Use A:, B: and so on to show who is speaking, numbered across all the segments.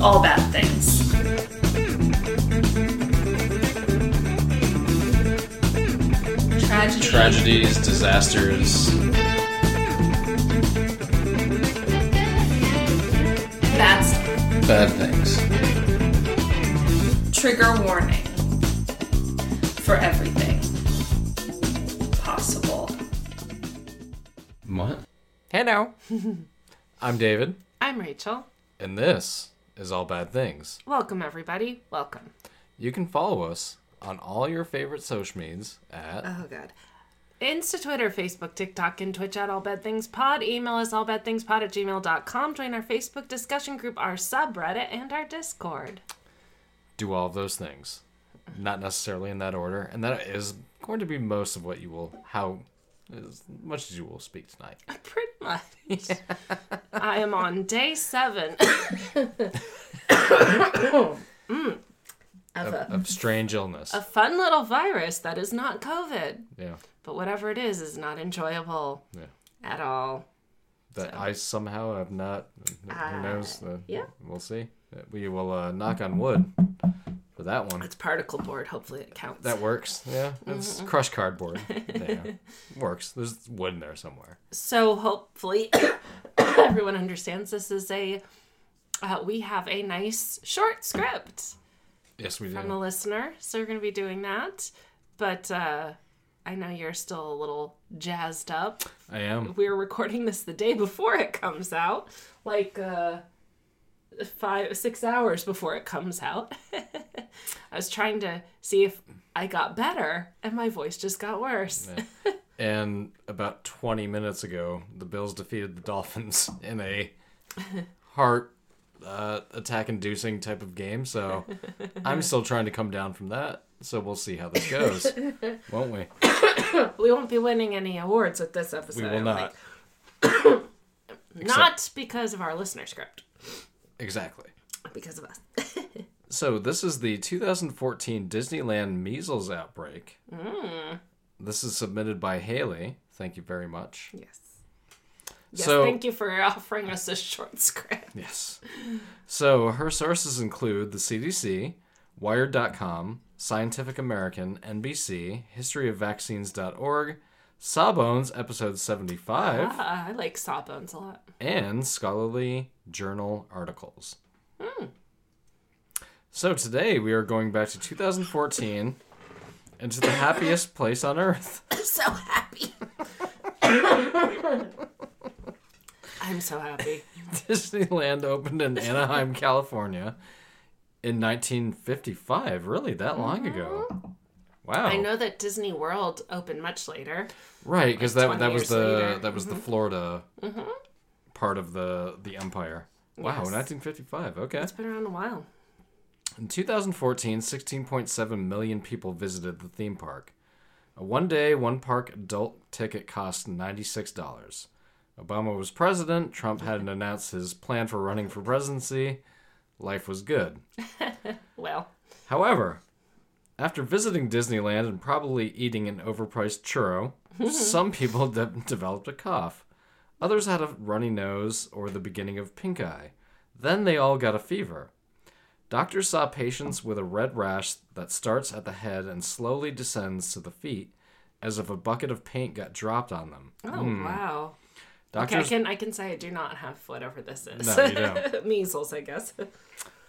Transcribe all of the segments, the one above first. A: all bad things. Tragedy.
B: Tragedies, disasters,
A: That's
B: bad things.
A: trigger warning for everything possible.
B: What?
C: Hello. I'm David,
D: I'm Rachel.
C: and this is All Bad Things.
D: Welcome, everybody. Welcome.
C: You can follow us on all your favorite social medias at
D: Oh, God. Insta, Twitter, Facebook, TikTok, and Twitch at All Bad Things Pod. Email us allbadthingspod at gmail.com. Join our Facebook discussion group, our subreddit, and our Discord.
C: do all of those things. Not necessarily in that order, and that is going to be most of what you will, how as much as you will speak tonight.
D: Pretty much. I am on day seven
C: Of, of strange illness.
D: a fun little virus that is not COVID.
C: yeah.
D: But whatever it is, is not enjoyable
C: Yeah.
D: at all.
C: That I somehow have not, who knows? Uh,
D: yeah.
C: We'll see. Uh, We will uh, knock on wood for that one.
D: It's particle board. Hopefully it counts.
C: That works. Yeah, it's
D: Mm-hmm.
C: crushed cardboard. Yeah, works. There's wood in there somewhere.
D: So hopefully everyone understands this is a uh, we have a nice short script
C: Yes, we do.
D: from a listener, so we're going to be doing that. But uh, I know you're still a little jazzed up.
C: I am.
D: We're recording this the day before it comes out, like uh, five six hours before it comes out. I was trying to see if I got better, and my voice just got worse.
C: And about 20 minutes ago, the Bills defeated the Dolphins in a heart uh, attack-inducing type of game. So I'm still trying to come down from that. So we'll see how this goes, won't we?
D: We won't be winning any awards with this episode.
C: We
D: I
C: will
D: don't think.
C: not.
D: Not because of our listener script,
C: Exactly.
D: because of us.
C: So this is the 2014 Disneyland measles outbreak.
D: Mm.
C: This is submitted by Haley. Thank you very much.
D: Yes. Yes,
C: So-
D: thank you for offering us a short script.
C: Yes. So her sources include the CDC, Wired.com, Scientific American, NBC, HistoryOfVaccines.org, Sawbones, episode 75,
D: Ah, I like Sawbones a lot.
C: and scholarly journal articles.
D: Hmm.
C: So today we are going back to 2014 and to the happiest place on earth.
D: so happy. I'm so happy.
C: Disneyland opened in Anaheim, California in 1955. Really, that long ago? Wow.
D: Mm-hmm. I know that Disney World opened much later.
C: Right, because that
D: 20
C: that was
D: years
C: the
D: later. Mm-hmm.
C: that was the Florida part of the the empire. Wow, 1955. Okay.
D: It's been around a while.
C: In 2014, 16.7 million people visited the theme park. A one day, one park adult ticket cost $96. Obama was president. Trump hadn't announced his plan for running for presidency. Life was good.
D: Well,
C: However, after visiting Disneyland and probably eating an overpriced churro, some people de- developed a cough. Others had a runny nose or the beginning of pink eye. Then they all got a fever. Doctors saw patients with a red rash that starts at the head and slowly descends to the feet, as if a bucket of paint got dropped on them.
D: oh wow. Okay, I
C: Doctors
D: can I can say I do not have whatever this is.
C: No, you don't.
D: Measles, I guess.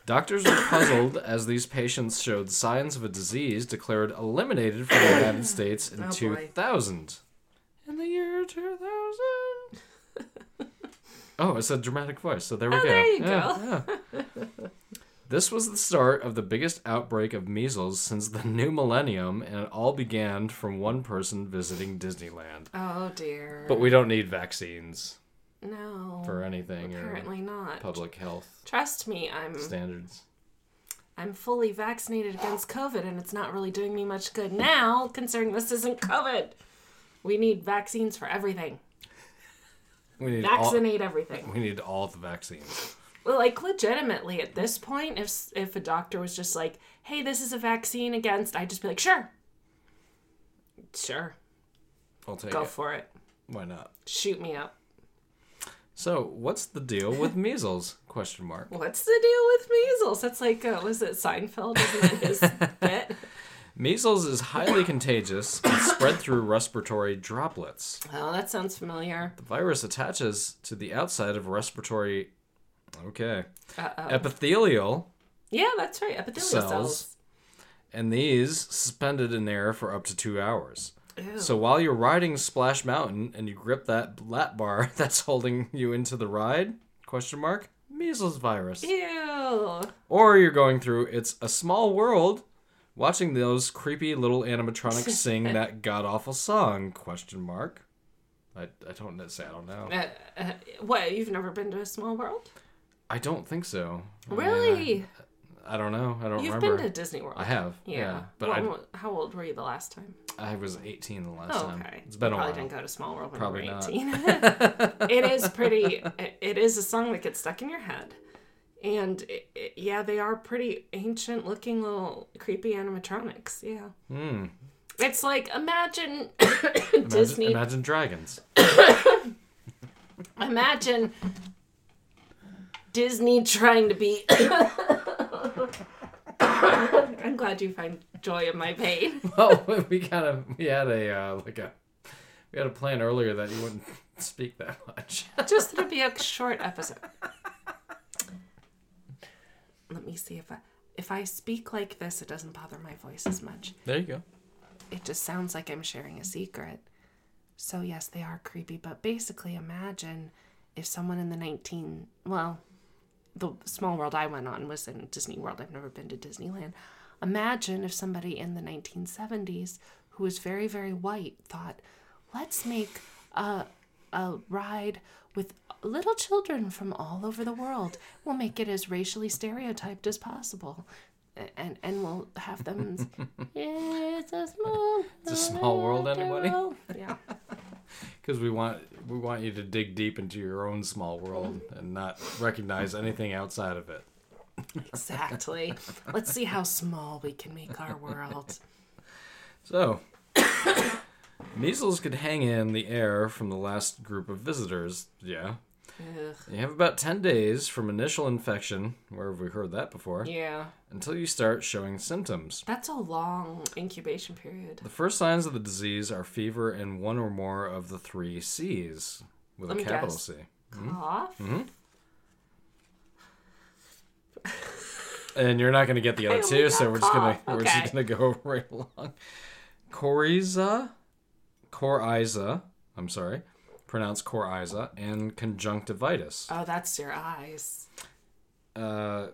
C: Doctors were puzzled as these patients showed signs of a disease declared eliminated from the United States in
D: Oh, boy.
C: 2000. In the year 2000. oh, it's a dramatic voice, so there we go.
D: Oh, there you
C: go. this was the start of the biggest outbreak of measles since the new millennium, and it all began from one person visiting Disneyland.
D: Oh dear.
C: But we don't need vaccines
D: no.
C: for anything
D: apparently
C: or
D: not.
C: public health
D: Trust me, I'm
C: standards.
D: I'm fully vaccinated against COVID and it's not really doing me much good now, considering this isn't COVID. We need vaccines for everything.
C: We need all-
D: Vaccinate everything.
C: We need all the vaccines.
D: Well, like legitimately at this point, if s- if a doctor was just like, "Hey, this is a vaccine against," I'd just be like, "Sure, sure,
C: I'll take
D: go
C: it.
D: for it.
C: Why not?
D: Shoot me up."
C: So, what's the deal with measles? Question mark.
D: What's the deal with measles? That's like, uh, was it Seinfeld? Isn't that his bit?
C: Measles is highly contagious and spread through respiratory droplets.
D: Oh, that sounds familiar.
C: The virus attaches to the outside of respiratory okay,
D: Uh-oh.
C: epithelial
D: Yeah, that's right. Epithelial cells.
C: cells, and these suspended in air for up to 2 hours.
D: Ew.
C: So while you're riding Splash Mountain and you grip that lap bar that's holding you into the ride, question mark, measles virus.
D: Ew.
C: Or you're going through It's a Small World, watching those creepy little animatronics sing that god awful song, question mark. I, I don't know, say I don't know.
D: Uh, uh, what? You've never been to a small world?
C: I don't think so. I mean,
D: Really?
C: I, I don't know. I don't
D: You've
C: remember.
D: been to Disney World.
C: I have. Yeah. But
D: When wa- how old were you the last time?
C: I, I was 18 the last
D: Oh,
C: time.
D: okay.
C: It's been a
D: Probably
C: while.
D: didn't go to Small World when
C: Probably
D: you were
C: not.
D: 18. it is pretty. it- It is a song that gets stuck in your head, and it, it- yeah, they are pretty ancient looking little creepy animatronics. Yeah.
C: Hmm.
D: It's like imagine,
C: Imagine,
D: Disney.
C: imagine dragons.
D: Imagine Disney trying to be. I'm glad you find joy in my pain.
C: well, we kind of we had a uh, like a we had a plan earlier that you wouldn't speak that much.
D: Just that it'd be a short episode. Let me see if I if I speak like this, it doesn't bother my voice as much.
C: There you go.
D: It just sounds like I'm sharing a secret. So yes, they are creepy, but basically imagine if someone in the 19 well, the small world I went on was in Disney World. I've never been to Disneyland. Imagine if somebody in the 1970s who was very very white thought, "Let's make a a ride with little children from all over the world. We'll make it as racially stereotyped as possible." A- And and we'll have them. it's a small.
C: It's a small world, anybody?
D: Yeah.
C: Because we want we want you to dig deep into your own small world and not recognize anything outside of it.
D: Exactly. Let's see how small we can make our world.
C: So, measles could hang in the air from the last group of visitors. Yeah,
D: Ugh.
C: you have about ten days from initial infection. Where have we heard that before?
D: Yeah.
C: Until you start showing symptoms.
D: That's a long incubation period.
C: The first signs of the disease are fever and one or more of the three C's with
D: Let
C: a
D: me
C: capital
D: guess.
C: C. Mm-hmm.
D: Cough?
C: And you're not going to get the other
D: only
C: two,
D: got
C: so we're just going to
D: cough.
C: we're just
D: Okay.
C: going to go right along. Coriza, coriza. I'm sorry, pronounced coriza and conjunctivitis.
D: Oh, that's your eyes.
C: Uh,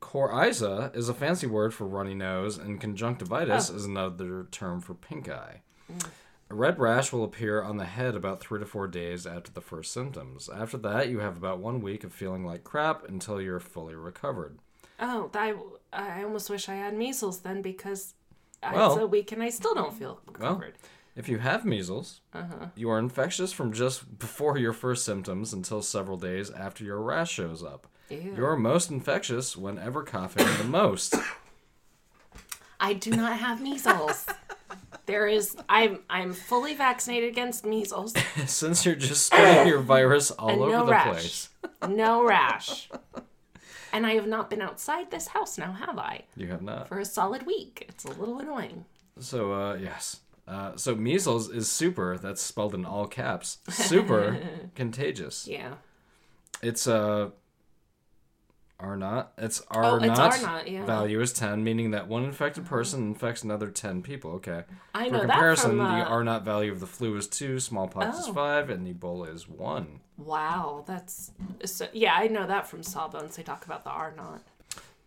C: coriza is a fancy word for runny nose, and conjunctivitis is another term for pink eye. A red rash will appear on the head about three to four days after the first symptoms. After that, you have about one week of feeling like crap until you're fully recovered.
D: Oh, I, I almost wish I had measles then because it's
C: Well-
D: a week and I still don't feel recovered.
C: If you have measles,
D: Uh-huh.
C: you are infectious from just before your first symptoms until several days after your rash shows up.
D: Ew.
C: You're most infectious whenever coughing the most.
D: I do not have measles. there is I'm I'm fully vaccinated against measles.
C: Since you're just spreading your virus all
D: And
C: over
D: no
C: the
D: rash.
C: place.
D: No rash. and I have not been outside this house now, have I?
C: You have not.
D: For a solid week. It's a little annoying.
C: So, uh, yes. Uh, so measles is super. That's spelled in all caps. Super contagious.
D: Yeah.
C: It's uh, R not. It's R
D: Oh, it's
C: not.
D: R naught, yeah.
C: Value is ten, meaning that one infected person infects another ten people. Okay.
D: I
C: For
D: know that
C: comparison,
D: from, uh,
C: the R not value of the flu is two, smallpox is
D: Oh.
C: five, and Ebola is one.
D: Wow, that's so, yeah. I know that from Sawbones. They talk about the R naught.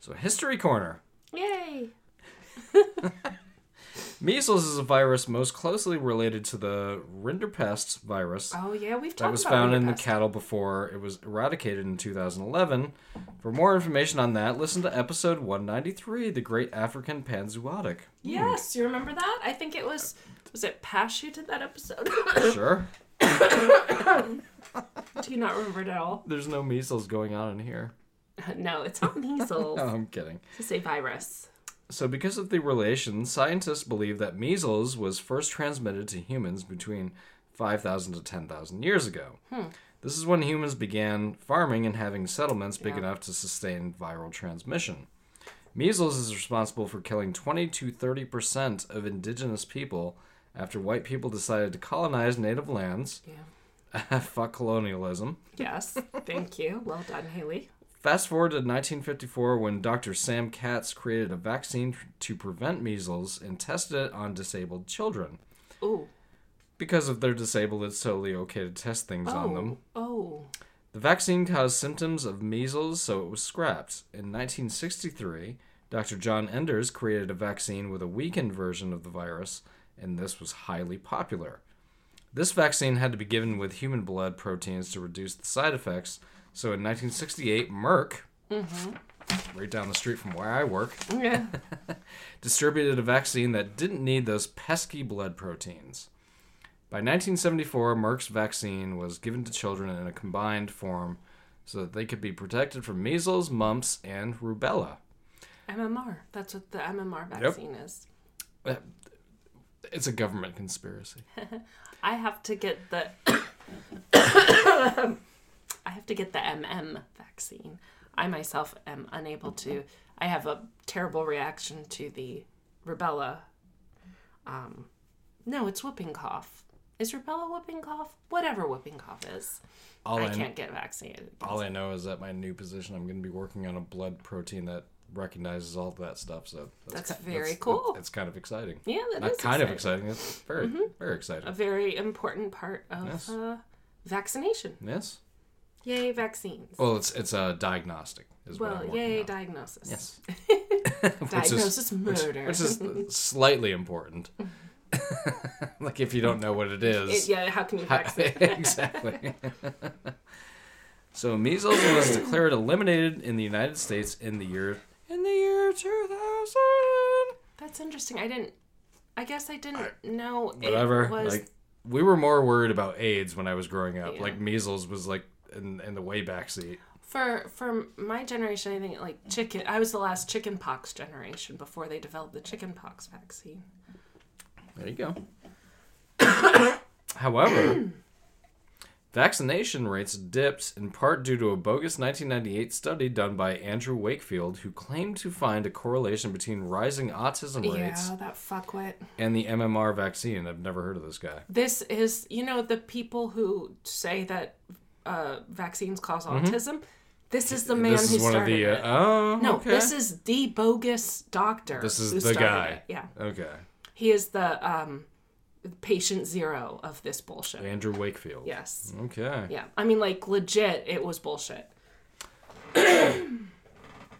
C: So history corner.
D: Yay!
C: Measles is a virus most closely related to the Rinderpest virus.
D: Oh yeah, we've talked
C: that was
D: about
C: found in the
D: Budapest.
C: cattle before it was eradicated in 2011. For more information on that, listen to episode 193, The Great African Panzootic.
D: Yes, you remember that? I think it was was it Pash who did that episode?
C: Sure.
D: Do you not remember it at all?
C: There's no measles going on in here.
D: No, it's not measles.
C: No, Oh, I'm kidding.
D: It's a virus.
C: So, because of the relation, scientists believe that measles was first transmitted to humans between 5,000 to 10,000 years ago. This is when humans began farming and having settlements big enough to sustain viral transmission. Measles is responsible for killing 20 to 30 percent of indigenous people after white people decided to colonize native lands.
D: Yeah.
C: Fuck colonialism.
D: Yes. Thank you. Well done, Haley.
C: Fast forward to 1954 when Dr. Sam Katz created a vaccine tr- to prevent measles and tested it on disabled children.
D: Ooh.
C: Because if they're disabled, it's totally okay to test things on them.
D: Oh.
C: The vaccine caused symptoms of measles, so it was scrapped. In 1963, Dr. John Enders created a vaccine with a weakened version of the virus, and this was highly popular. This vaccine had to be given with human blood proteins to reduce the side effects, so in 1968, Merck, right down the street from where I work,
D: Yeah.
C: distributed a vaccine that didn't need those pesky blood proteins. By 1974, Merck's vaccine was given to children in a combined form so that they could be protected from measles, mumps, and rubella.
D: MMR. That's what the MMR vaccine is.
C: Eh, It's a government conspiracy.
D: I have to get the I have to get the MM vaccine. I myself am unable to. I have a terrible reaction to the rubella. Um, no, it's whooping cough. Is rubella whooping cough? Whatever whooping cough is,
C: All
D: I
C: I,
D: can't get vaccinated.
C: all I know is that my new position, I'm going to be working on a blood protein that recognizes all that stuff. So
D: That's very
C: that's-
D: cool.
C: It's kind of exciting.
D: Yeah, that is
C: Not kind
D: exciting. Mm-hmm.
C: of exciting. It's very, very exciting.
D: A very important part of
C: Yes.
D: uh, vaccination.
C: Yes.
D: Yay, vaccines.
C: Well, it's it's a diagnostic. Is what
D: Well,
C: I'm working
D: yay,
C: on.
D: diagnosis.
C: Yes. is-
D: Diagnosis murder.
C: which is slightly important. like if you don't know what it
D: It-
C: is,
D: yeah, how can you vaccinate?
C: exactly. so measles was declared eliminated in the United States in the year in the year two thousand.
D: That's interesting. I didn't. I guess I didn't know. it
C: Whatever.
D: was-
C: Like we were more worried about AIDS when I was growing up.
D: Yeah.
C: Like measles was like in, in the way back seat.
D: for for my generation, I think like chicken. I was the last chicken pox generation before they developed the chicken pox vaccine.
C: There you go. However, vaccination rates dipped in part due to a bogus 1998 study done by Andrew Wakefield, who claimed to find a correlation between rising autism rates
D: Yeah, that fuckwit.
C: and the MMR vaccine. I've never heard of this guy.
D: This is you know the people who say that uh, vaccines because autism. This is the man
C: Mm-hmm. this
D: who
C: is one
D: started
C: of the.
D: it.
C: Uh, oh,
D: no,
C: okay.
D: this is the bogus doctor.
C: This
D: who
C: is the
D: started
C: guy.
D: it. Yeah,
C: Okay,
D: he is the um, patient zero of this bullshit.
C: Andrew Wakefield.
D: Yes.
C: Okay.
D: Yeah. I mean, like, legit, it was bullshit.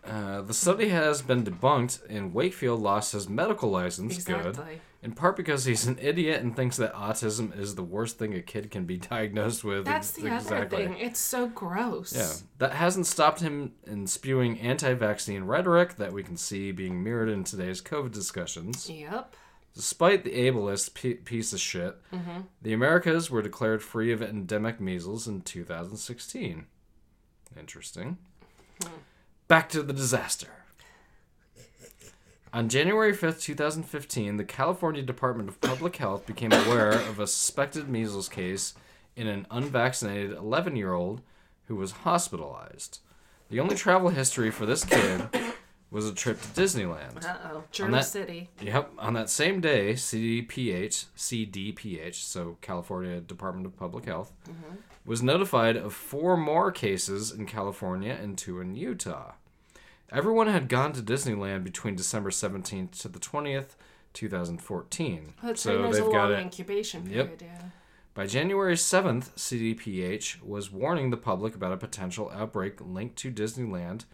C: Uh, the study has been debunked, and Wakefield lost his medical license. Good.
D: Exactly.
C: In part because he's an idiot and thinks that autism is the worst thing a kid can be diagnosed with.
D: That's
C: Ex-
D: the other thing. It's so gross.
C: Yeah. That hasn't stopped him in spewing anti vaccine rhetoric that we can see being mirrored in today's COVID discussions.
D: Yep.
C: Despite the ableist p- piece of shit, the Americas were declared free of endemic measles in 2016. Interesting. Back to the disaster. On January 5th, 2015, the California Department of Public Health became aware of a suspected measles case in an unvaccinated 11 year old who was hospitalized. The only travel history for this kid was a trip to Disneyland.
D: Uh oh. Germ
C: that-
D: City.
C: Yep. On that same day, CDPH, CDPH, so California Department of Public Health,
D: Mm-hmm.
C: was notified of four more cases in California and two in Utah. Everyone had gone to Disneyland between December 17th to the 20th, 2014.
D: Oh, That's
C: so
D: there's
C: they've
D: a long
C: got it.
D: incubation
C: Yep.
D: period. Yeah.
C: By January 7th, CDPH was warning the public about a potential outbreak linked to Disneyland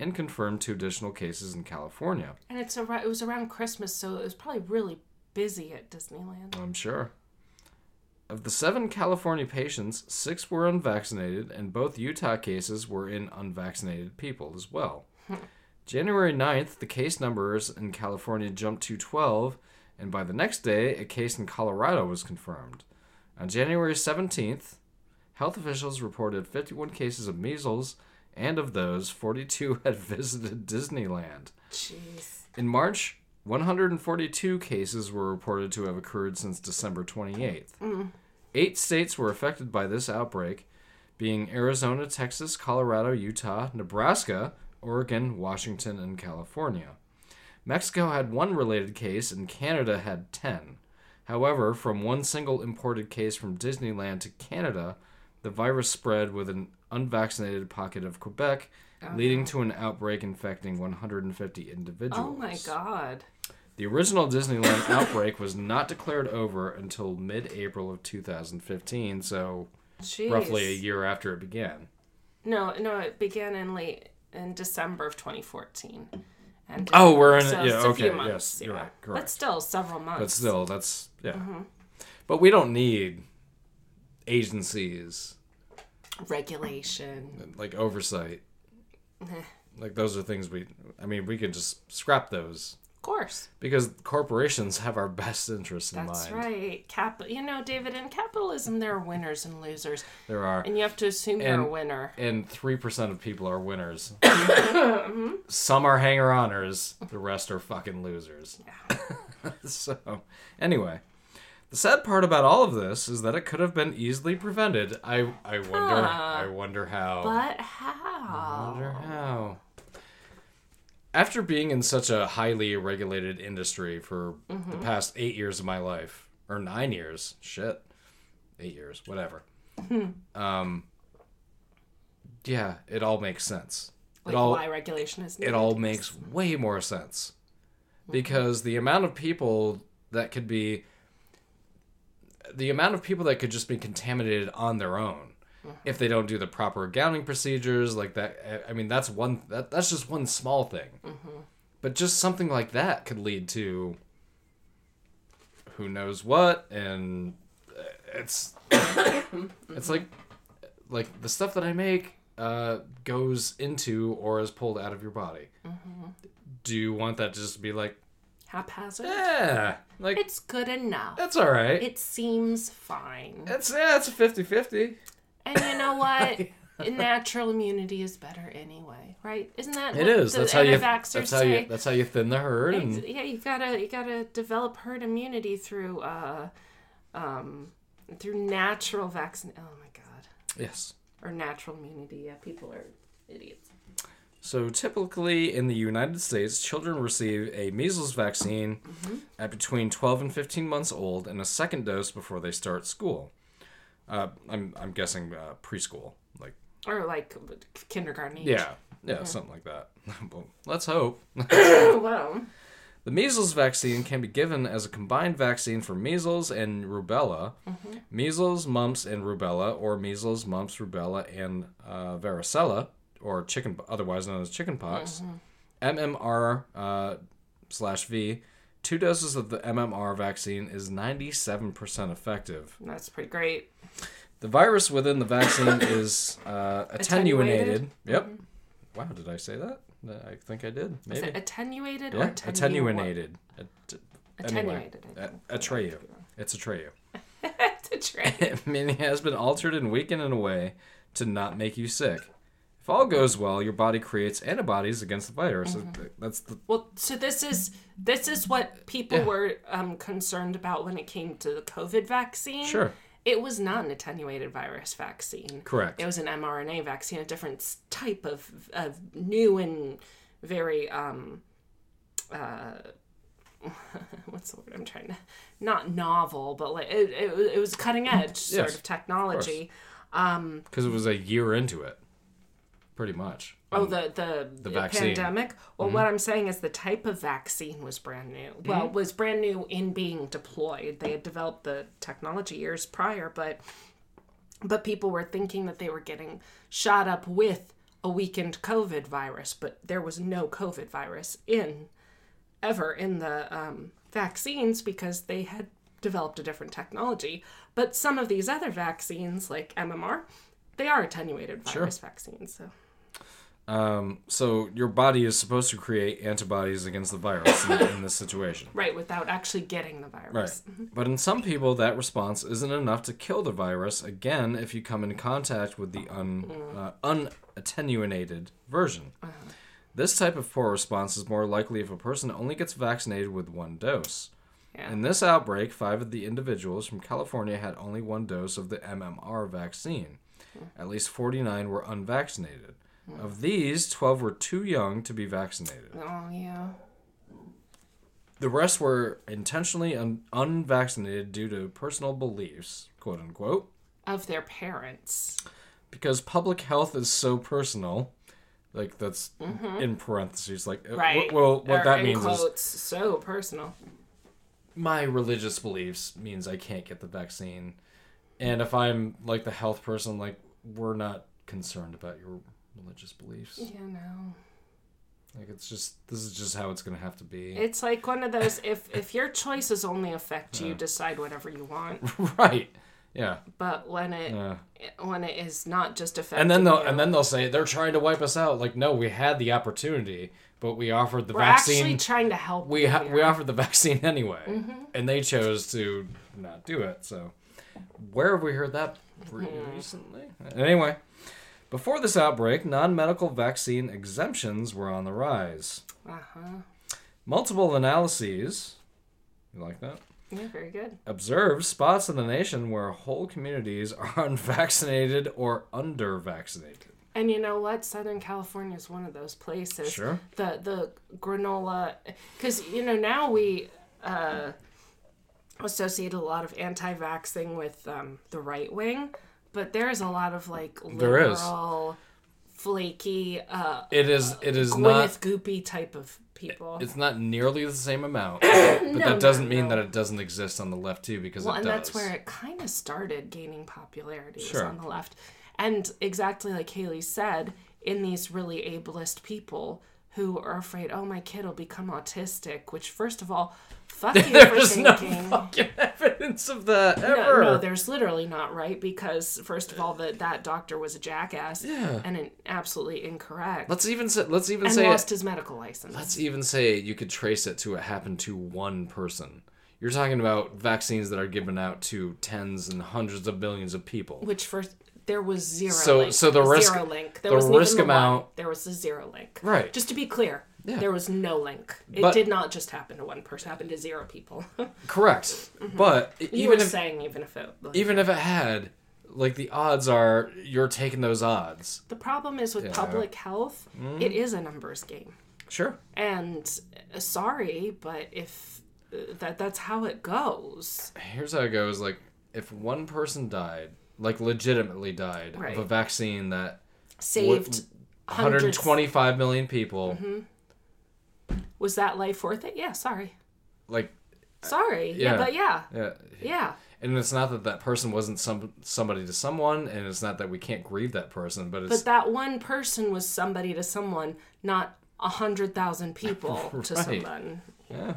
C: and confirmed two additional cases in California.
D: And it's around, it was around Christmas, so it was probably really busy at Disneyland.
C: I'm sure. Of the seven California patients, six were unvaccinated, and both Utah cases were in unvaccinated people as well. January 9th, the case numbers in California jumped to 12, and by the next day, a case in Colorado was confirmed. On January 17th, health officials reported 51 cases of measles, and of those, 42 had visited Disneyland.
D: Jeez.
C: In March, 142 cases were reported to have occurred since December 28th. Eight states were affected by this outbreak. being Arizona, Texas, Colorado, Utah, Nebraska, Oregon, Washington, and California. Mexico had one related case and Canada had 10. However, from one single imported case from Disneyland to Canada, the virus spread with an unvaccinated pocket of Quebec, leading to an outbreak infecting 150 individuals.
D: Oh, Oh my god.
C: The original Disneyland outbreak was not declared over until mid April of 2015, so
D: Jeez.
C: roughly a year after it began.
D: No, no, it began in late in December of 2014. And
C: Oh, we're in- yeah,
D: it's a few
C: okay, yes, you're right,
D: But
C: correct.
D: still, several months.
C: But still, that's, yeah.
D: Mm-hmm.
C: But we don't need agencies
D: regulation.
C: like oversight. like, those are things we, I mean, we can just scrap those
D: Of course,
C: because corporations have our best interests in
D: that's
C: mind.
D: right. Cap, you know, David, in capitalism, there are winners and losers,
C: There are.
D: and you have to assume you're a
C: And-
D: winner.
C: and three percent of people are winners. Some are hanger oners, the rest are fucking losers. so anyway. The sad part about all of this is that it could have been easily prevented. I I wonder I wonder how.
D: But how?
C: Wonder how. After being in such a highly regulated industry for
D: Mm-hmm.
C: the past eight years of my life, or nine years, shit, eight years, whatever. um, yeah, it all makes sense.
D: Like
C: it all
D: why regulation is needed?
C: it all makes way more sense because the amount of people that could be the amount of people that could just be contaminated on their own if they don't do the proper gowning procedures like that I- i mean that's one that, that's just one small thing but just something like that could lead to who knows what and uh, it's it's like like the stuff that I make uh, goes into or is pulled out of your body.
D: Mm-hmm.
C: Do you want that to just be like,
D: haphazard.
C: yeah, like
D: It's good enough.
C: that's all right.
D: It seems fine.
C: it's yeah, it's a 50-50.
D: And you know what? Natural immunity is better anyway, right? Isn't that
C: It
D: what
C: is.
D: the
C: That's how you.
D: anti-vaxxers
C: That's how
D: say?
C: you. That's how you thin the herd.
D: Ex-
C: And
D: yeah, you gotta you gotta develop herd immunity through uh, um, through natural vaccine. Oh my god,
C: yes.
D: or natural immunity. Yeah, people are idiots.
C: So typically in the United States, children receive a measles vaccine
D: Mm-hmm.
C: at between 12 and 15 months old and a second dose before they start school. Uh, I'm I'm guessing uh, preschool, like
D: Or like kindergarten. Age.
C: yeah, yeah, something like that. well, let's hope.
D: well,
C: The measles vaccine can be given as a combined vaccine for measles and rubella, measles, mumps, and rubella, or measles, mumps, rubella, and uh, varicella, or chicken, otherwise known as chickenpox, MMR uh, slash V. Two doses of the MMR vaccine is 97% effective.
D: that's pretty great.
C: The virus within the vaccine is uh, attenuated.
D: Attenuated? Mm-hmm.
C: Yep. Wow, did I say that? I think I did. Maybe.
D: Is it attenuated or
C: Yeah,
D: attenu-
C: attenuated. At- anyway, Uh,
D: Attenuated. I
C: a-
D: think.
C: Atreyu. It's Atreyu.
D: It's a tra-
C: Meaning it has been altered and weakened in a way to not make you sick. If all goes well, your body creates antibodies against the virus.
D: Mm-hmm.
C: That's the
D: well, so this is this is what people were um, concerned about when it came to the COVID vaccine.
C: sure.
D: It was not an attenuated virus vaccine.
C: Correct.
D: It was an mRNA vaccine, a different s- type of, of new and very um, uh, what's the word I'm trying to not novel, but like it, it, was- it was cutting edge sort
C: Yes,
D: of technology.
C: Because it was a year into it, pretty much.
D: Oh, the the,
C: vaccine.
D: pandemic. Well, what I'm saying is the type of vaccine was brand new. Well, was brand new in being deployed. They had developed the technology years prior, but but people were thinking that they were getting shot up with a weakened COVID virus, but there was no COVID virus in ever in the um, vaccines because they had developed a different technology. But some of these other vaccines, like MMR, they are attenuated virus vaccines. So.
C: Um, so your body is supposed to create antibodies against the virus in, in this situation.
D: Right, without actually getting the virus.
C: Right. But in some people, that response isn't enough to kill the virus again if you come in contact with the un, uh, unattenuated version. This type of poor response is more likely if a person only gets vaccinated with one dose.
D: Yeah.
E: In this outbreak, five of the individuals from California had only one dose of the MMR vaccine. At least 49 were unvaccinated. Of these, 12 were too young to be vaccinated.
D: Oh yeah.
E: The rest were intentionally un- unvaccinated due to personal beliefs, quote unquote,
D: Of their parents.
E: because public health is so personal. Like, that's in parentheses. Like, uh,
D: Right.
E: wh- well, what
D: Or
E: that
D: in
E: means is
D: quotes, so personal.
E: my religious beliefs means I can't get the vaccine. And if I'm like the health person, like we're not concerned about your religious beliefs.
D: Yeah, no.
E: Like it's just this is just how it's gonna have to be.
D: It's like one of those if if your choices only affect you, decide whatever you want.
E: right. Yeah.
D: But when it
E: Yeah.
D: when it is not just affecting
E: And then they'll
D: you,
E: and then they'll say they're trying to wipe us out. Like no, we had the opportunity, but we offered the
D: we're actually
E: vaccine.
D: trying to help.
E: we
D: you
E: ha-
D: here. Mm-hmm.
E: we offered the vaccine anyway, and they chose to not do it. So, where have we heard that
D: Hmm.
E: recently? Anyway, before this outbreak, non-medical vaccine exemptions were on the rise.
D: Uh-huh.
E: Multiple analyses, you like that,
D: Yeah, very good.
E: observed spots in the nation where whole communities are unvaccinated or under-vaccinated.
D: And you know what? Southern California is one of those places.
E: Sure.
D: The the granola, because you know now we uh, associate a lot of anti-vax thing with um, the right wing, but there is a lot of like
E: There is.
D: liberal, flaky, uh,
E: It is it is
D: Gwyneth
E: not
D: Goopy type of people.
E: it's not nearly the same amount, but that doesn't
D: no,
E: mean
D: no.
E: that it doesn't exist on the left too, because
D: Well,
E: it
D: and
E: does.
D: that's where it kind of started gaining popularity was
E: Sure.
D: on the left. And exactly like Haley said, in these really ableist people who are afraid, oh, my kid will become autistic, which, first of all, fuck you for
E: There's no
D: thinking.
E: fucking evidence of that
D: no,
E: ever.
D: no, there's literally not, right? Because, first of all, that that doctor was a jackass
E: Yeah.
D: and an absolutely incorrect
E: let's even say. Let's even
D: and
E: say.
D: lost
E: it,
D: his medical license.
E: let's even say you could trace it to it happened to one person. You're talking about vaccines that are given out to tens and hundreds of billions of people.
D: which, first, there was zero
E: So-
D: link.
E: so the risk-
D: zero link. There
E: the
D: wasn't even
E: risk
D: the one.
E: amount-
D: There was a zero link.
E: Right.
D: Just to be clear,
E: Yeah.
D: there was no link. It
E: But-
D: did not just happen to one person. It happened to zero people. you
E: Correct. But e-
D: Mm-hmm. were
E: even if
D: saying even if it. Like,
E: even if it had, like the odds are you're taking those odds.
D: the problem is with public health,
E: Mm-hmm.
D: it is a numbers game,
E: Sure.
D: and uh, sorry, but if uh, that that's how it goes.
E: Here's how it goes. Like if one person died, like legitimately died
D: Right.
E: of a vaccine that
D: Saved. hundreds. Mm-hmm.
E: 125 million people,
D: Was that life worth it? Yeah, sorry.
E: like uh,
D: Sorry. Yeah,
E: yeah.
D: but yeah.
E: yeah,
D: Yeah.
E: and it's not that that person wasn't some somebody to someone and it's not that we can't grieve that person but it's
D: But that one person was somebody to someone, not a hundred thousand people to
E: Right.
D: someone.
E: yeah.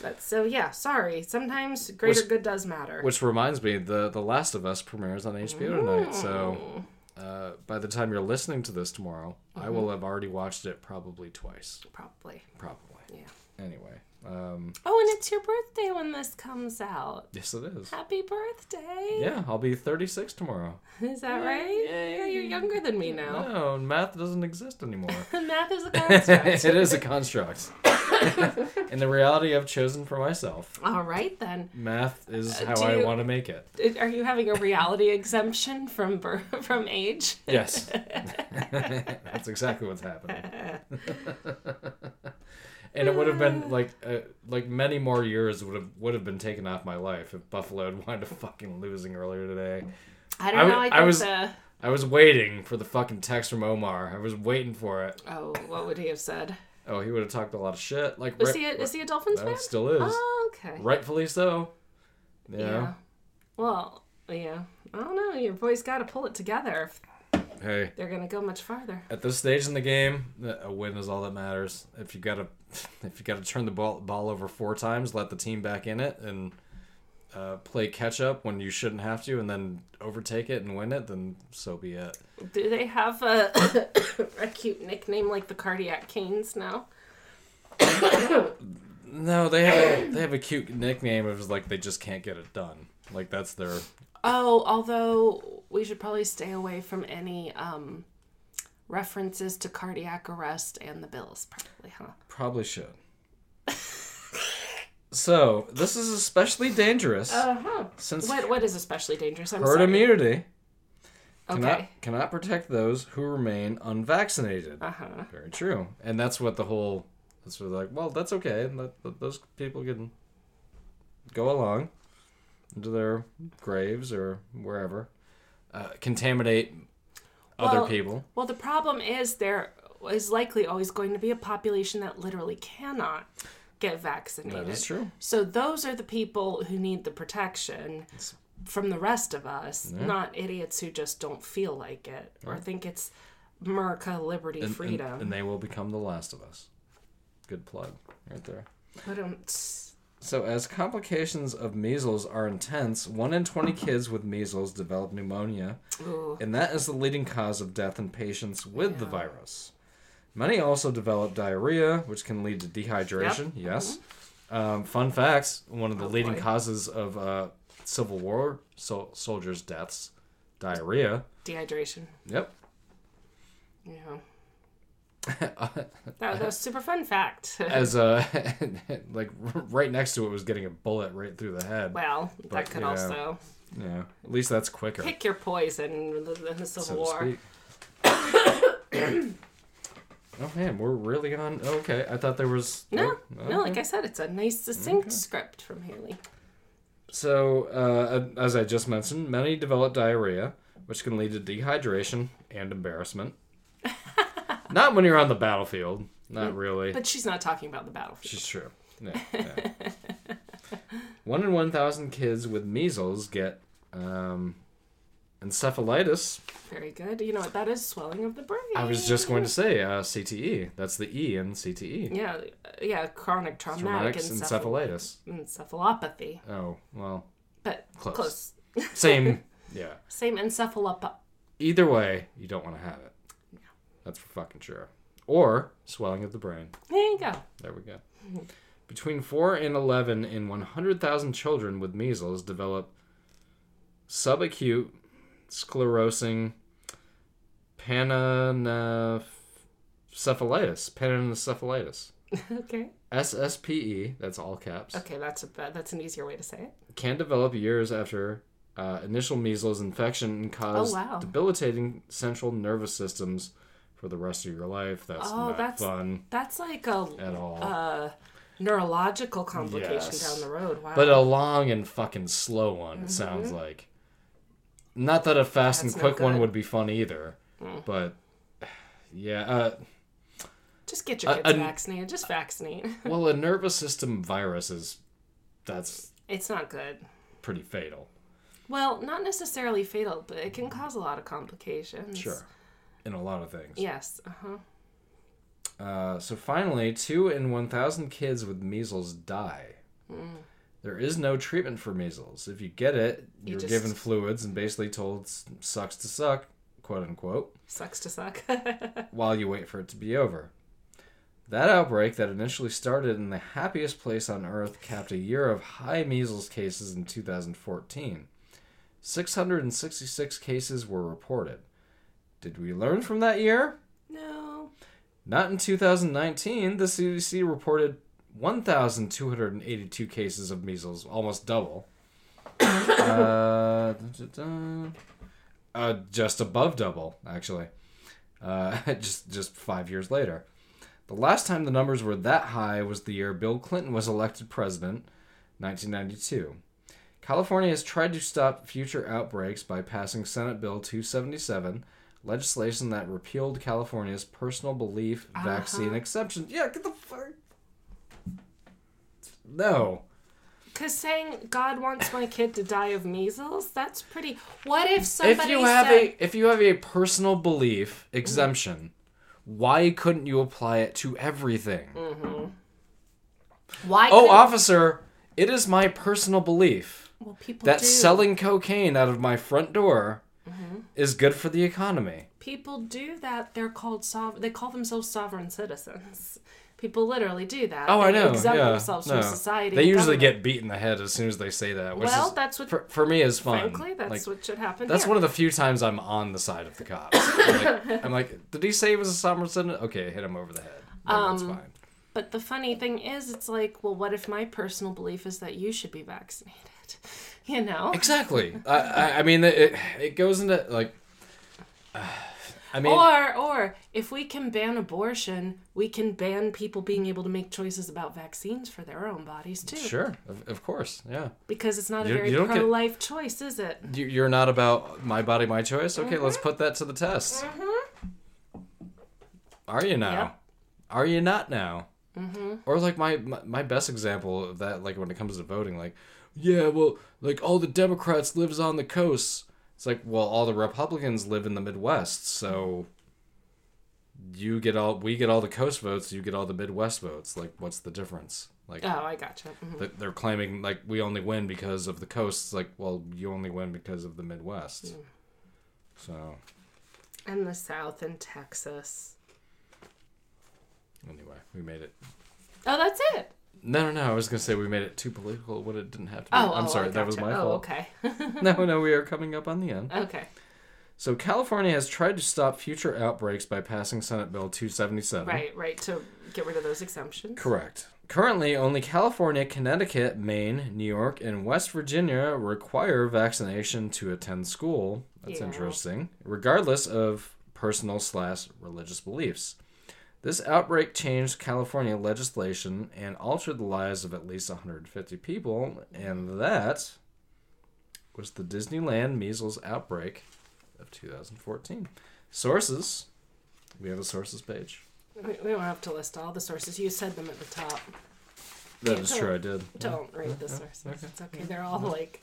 D: But, so yeah, sorry. Sometimes greater
E: Which-
D: good does matter.
E: which reminds me the the last of us premieres on hbo tonight
D: Mm.
E: so uh, by the time you're listening to this tomorrow i
D: Mm-hmm.
E: will have already watched it probably twice
D: Probably.
E: probably
D: Yeah.
E: anyway um,
D: Oh, and it's your birthday when this comes out.
E: yes it is
D: Happy birthday.
E: yeah i'll be 36 tomorrow
D: Is that right? Yeah, you're younger than me now.
E: no math doesn't exist anymore
D: Math is a
E: it
D: construct.
E: is a construct and the reality i've chosen for myself
D: All right then.
E: math is how
D: Uh, do
E: i
D: you-
E: want to make it
D: Are you having a reality exemption from birth, from age?
E: Yes. That's exactly what's happening. and it would have been like uh, like many more years would have would have been taken off my life if Buffalo had wound up fucking losing earlier today.
D: I
E: I
D: don't
E: w-
D: know. I,
E: I
D: think
E: was-
D: the
E: I was waiting for the fucking text from Omar. I was waiting for it.
D: oh, what would he have said?
E: Oh, he would have talked a lot of shit. Like
D: Was
E: right-
D: he a, is he a Dolphins
E: no,
D: fan?
E: still is.
D: Oh, okay.
E: Rightfully so. Yeah.
D: Yeah. Well, yeah. I don't know. Your boys got to pull it together if
E: Hey,
D: they're going to go much farther.
E: at this stage in the game, a win is all that matters. If you gotta, if you gotta turn the ball ball over four times, let the team back in it, and uh, play catch up when you shouldn't have to, and then overtake it and win it, then so be it.
D: Do they have a, a cute nickname like the Cardiac Canes now?
E: No, they have a, they have a cute nickname of like they just can't get it done. Like that's their
D: Oh, although we should probably stay away from any um, references to cardiac arrest and the Bills, probably, huh?
E: probably should. So this is especially dangerous
D: Uh-huh.
E: since
D: What what is especially dangerous? I'm
E: herd
D: sorry.
E: immunity cannot
D: Okay.
E: cannot protect those who remain unvaccinated.
D: Uh-huh.
E: Very true, and that's what the whole. That's what they're like. Well, that's okay. and Let, let those people can go along into their graves or wherever, uh, contaminate other
D: Well,
E: people.
D: Well, the problem is there is likely always going to be a population that literally cannot get vaccinated.
E: That is true.
D: So those are the people who need the protection from the rest of us, not idiots who just don't feel like it or think it's America, liberty,
E: And- and-
D: freedom.
E: And, they will become the last of us. Good plug right there.
D: But um, tss,
E: So, as complications of measles are intense, 1 in 20 kids with measles develop pneumonia,
D: ooh,
E: and that is the leading cause of death in patients with the virus. Many also develop diarrhea, which can lead to dehydration. Yes. Um, fun facts one of the leading
D: Mm-hmm. Oh, boy.
E: causes of uh, Civil War sol- soldiers' deaths diarrhea.
D: dehydration.
E: Yep.
D: Yeah. that, that was super fun fact.
E: As uh, like right next to it was getting a bullet right through the head.
D: well,
E: But,
D: that could
E: yeah.
D: also
E: Yeah, at least that's quicker,
D: pick your poison in the, in the Civil
E: so to
D: War.
E: speak. oh man, we're really on. Okay, I thought there was
D: No,
E: Oh,
D: no,
E: okay.
D: like I said, it's a nice, succinct script from Haley.
E: So, uh, as I just mentioned, many develop diarrhea, which can lead to dehydration and embarrassment. Not when you're on the battlefield. Not really.
D: But she's not talking about the battlefield.
E: She's true. Yeah, yeah. One in 1,000 kids with measles get um, encephalitis.
D: Very good. You know what? That is swelling of the brain.
E: I was just going to say uh, CTE. That's the E in CTE.
D: Yeah, uh, yeah, chronic
E: Traumatic
D: traumatic, encephal-
E: encephalitis.
D: encephalopathy.
E: Oh, well,
D: But
E: Close.
D: close.
E: same. yeah.
D: Same encephalop.
E: Either way, you don't want to have it. That's for fucking sure. Or swelling of the brain.
D: There you go.
E: There we go. Between 4 and 11 in 100,000 children with measles develop subacute sclerosing panencephalitis. Panencephalitis.
D: Okay.
E: SSPE, E, that's all caps,
D: Okay, that's a bad, that's an easier way to say it.
E: can develop years after uh, initial measles infection and cause
D: Oh, wow.
E: debilitating central nervous systems for the rest of your life. That's
D: Oh,
E: not
D: that's-
E: fun
D: That's like a
E: at all.
D: uh, neurological complication
E: Yes.
D: down the road. Wow.
E: but a long and fucking slow one. It sounds like. Not that a fast
D: Mm-hmm. That's
E: and
D: no
E: quick one
D: good. Mm.
E: would be fun either, but yeah. Uh,
D: just get your
E: a-
D: kids
E: a-
D: vaccinated. Just vaccinate.
E: well, a nervous system virus is that's
D: it's not good.
E: pretty fatal.
D: Well, not necessarily fatal, but it can cause a lot of complications.
E: Sure, in a lot of things.
D: Yes. Uh huh.
E: Uh, so finally, two in one thousand kids with measles die.
D: Mm.
E: There is no treatment for measles. If you get it,
D: You
E: you're
D: just-
E: given fluids and basically told "S- sucks to suck, quote unquote.
D: Sucks to suck.
E: while you wait for it to be over. That outbreak that initially started in the happiest place on earth capped a year of high measles cases in 2014. 666 cases were reported. Did we learn from that year?
D: no.
E: Not in 2019. The CDC reported 1,282 cases of measles, almost double. uh, dun-dun-dun. Uh, just above double, actually. Uh, just just five years later. The last time the numbers were that high was the year Bill Clinton was elected president, 1992. California has tried to stop future outbreaks by passing Senate Bill 277, legislation that repealed California's personal belief
D: Uh-huh.
E: vaccine exception. Yeah, get the fuck. No.
D: Because saying God wants my kid to die of measles, that's pretty. What if somebody
E: If you have
D: said,
E: a if you have a personal belief exemption, why couldn't you apply it to everything?
D: Mm. "Why?"
E: Oh,
D: couldn't-
E: officer, it is my personal belief
D: well, people
E: that
D: do.
E: selling cocaine out of my front door
D: Mm-hmm.
E: is good for the economy.
D: people do that. They're called sov- They call themselves sovereign citizens. People literally do that.
E: Oh,
D: they
E: I know.
D: Exempt
E: yeah,
D: themselves
E: no.
D: from society.
E: They
D: and
E: usually
D: government.
E: get beat in the head as soon as they say that. Which
D: Well,
E: is,
D: that's what-
E: for, for me is fun.
D: Frankly, that's
E: Like,
D: what should happen.
E: That's
D: here.
E: one of the few times I'm on the side of the
D: Um,
E: cops. I'm, like, I'm like, did he say he was a sovereign citizen? Okay, hit him over the head. No, that's fine.
D: But the funny thing is, it's like, well, what if my personal belief is that you should be vaccinated? You know?
E: Exactly. I, I, I mean, it, it goes into like. I mean,
D: Or, or if we can ban abortion, we can ban people being able to make choices about vaccines for their own bodies too.
E: sure, of, of course, yeah.
D: Because it's not a
E: You-
D: very
E: you don't get-
D: pro-life choice, is it?
E: You, you're not about my body, my choice. Okay, let's put that to the test. Are you now?
D: Yep.
E: Are you not now? Or like my, my my best example of that, like when it comes to voting, like, yeah, well, like all the Democrats lives on the coast. It's like, well, all the Republicans live in the Midwest, so you get all we get all the coast votes, you get all the Midwest votes. Like, what's the difference? Like,
D: Oh, I gotcha. Mhm.
E: that they're claiming like we only win because of the coasts like well you only win because of the midwest so
D: And the South and Texas.
E: anyway we made it
D: Oh, that's it.
E: no no no i was gonna say we made it too political when it didn't have to be
D: Oh,
E: i'm
D: oh,
E: sorry
D: I
E: that was
D: gotcha.
E: my
D: oh,
E: fault
D: Okay.
E: no no we are coming up on the end
D: okay.
E: so california has tried to stop future outbreaks by passing senate bill 277
D: Right, right. To get rid of those exemptions.
E: Correct. Currently, only California, Connecticut, Maine, New York, and West Virginia require vaccination to attend school. That's
D: Yeah.
E: interesting. Regardless of personal slash religious beliefs. This outbreak changed California legislation and altered the lives of at least 150 people, and that was the Disneyland measles outbreak of 2014. Sources. We have a sources page.
D: We, we don't have to list all the sources. You said them at the top.
E: That
D: Yeah,
E: is
D: so-
E: true, I did.
D: Don't read the sources. It's okay. They're all like,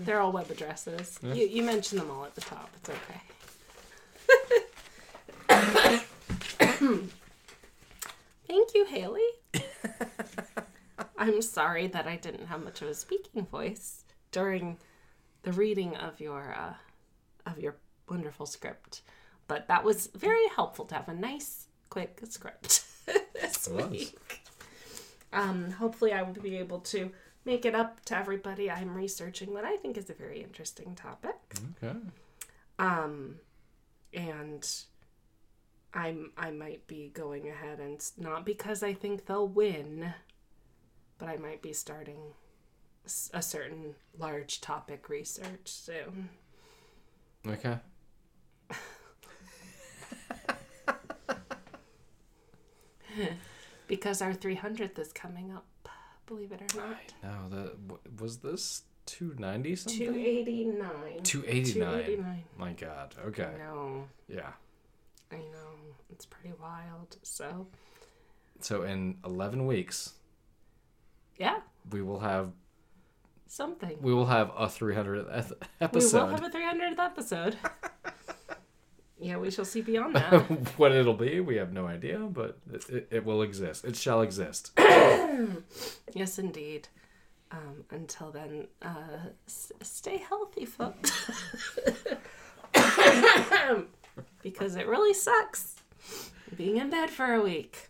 D: they're all web addresses. You, you mentioned them all at the top. It's okay. Thank you, Haley. I'm sorry that I didn't have much of a speaking voice during the reading of your uh, of your wonderful script, but that was very helpful to have a nice, quick script this
E: It was.
D: week. Um, hopefully, I will be able to make it up to everybody. I'm researching what I think is a very interesting topic,
E: Mm-hmm. Okay.
D: um, and I'm I might be going ahead and s- not because I think they'll win, but I might be starting s- a certain large topic research soon.
E: Okay.
D: because our 300th is coming up believe it or not
E: Now that w- was this two ninety something.
D: 289
E: Two eighty nine.
D: 289
E: My God.
D: i
E: Okay.
D: know
E: Yeah.
D: i know it's pretty wild so
E: So in eleven weeks,
D: yeah
E: we will have
D: something
E: we will have a three hundredth eth- episode.
D: we will have a 300th episode yeah we shall see beyond that
E: what it'll be, we have no idea, but it, it, it will exist. It shall exist.
D: yes indeed um, until then uh, s- stay healthy folks because it really sucks being in bed for a week.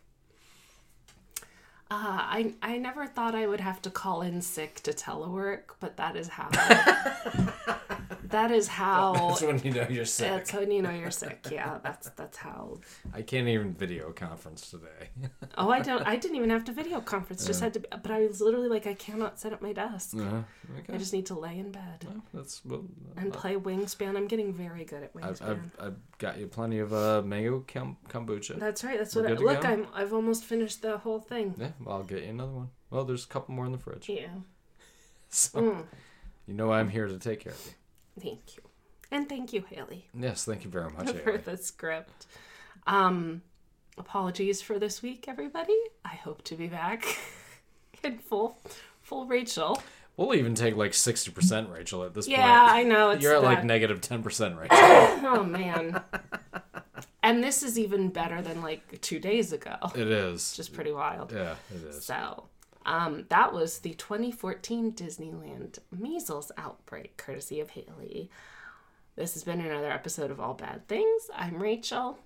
D: Uh, I I never thought I would have to call in sick to telework, but that is how. that is how.
E: That's when you know you're sick.
D: That's when you know you're sick. Yeah, that's that's how.
E: I can't even video conference today.
D: Oh, I don't. I didn't even have to video conference. Just had to. But I was literally like, I cannot sit at my desk.
E: uh,
D: I
E: okay.
D: just need to lay in bed
E: Well, that's well.
D: and play Wingspan. I'm getting very good at
E: I've,
D: Wingspan.
E: I've, I've got you plenty of uh, mayo com- kombucha.
D: that's right. That's
E: We're
D: what. I,
E: good to
D: look,
E: go?
D: I'm. I've almost finished the whole thing.
E: Yeah, well, I'll get you another one. Well, there's a couple more in the fridge.
D: Yeah.
E: So,
D: Mm.
E: you know I'm here to take care of you.
D: Thank you. And thank you, Haley,
E: Yes, thank you very much.
D: for
E: Haley.
D: the script. Um, apologies for this week, everybody. I hope to be back in full full Rachel.
E: We'll even take like 60% Rachel at this
D: Yeah,
E: point.
D: I know it's
E: You're at like
D: that-
E: negative 10% Rachel.
D: oh man. and this is even better than like two days ago.
E: it is.
D: Just pretty wild.
E: yeah, it is.
D: So um, that was the 2014 Disneyland measles outbreak, courtesy of Haley. This has been another episode of All Bad Things. I'm Rachel.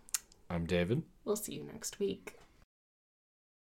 E: I'm David.
D: We'll see you next week.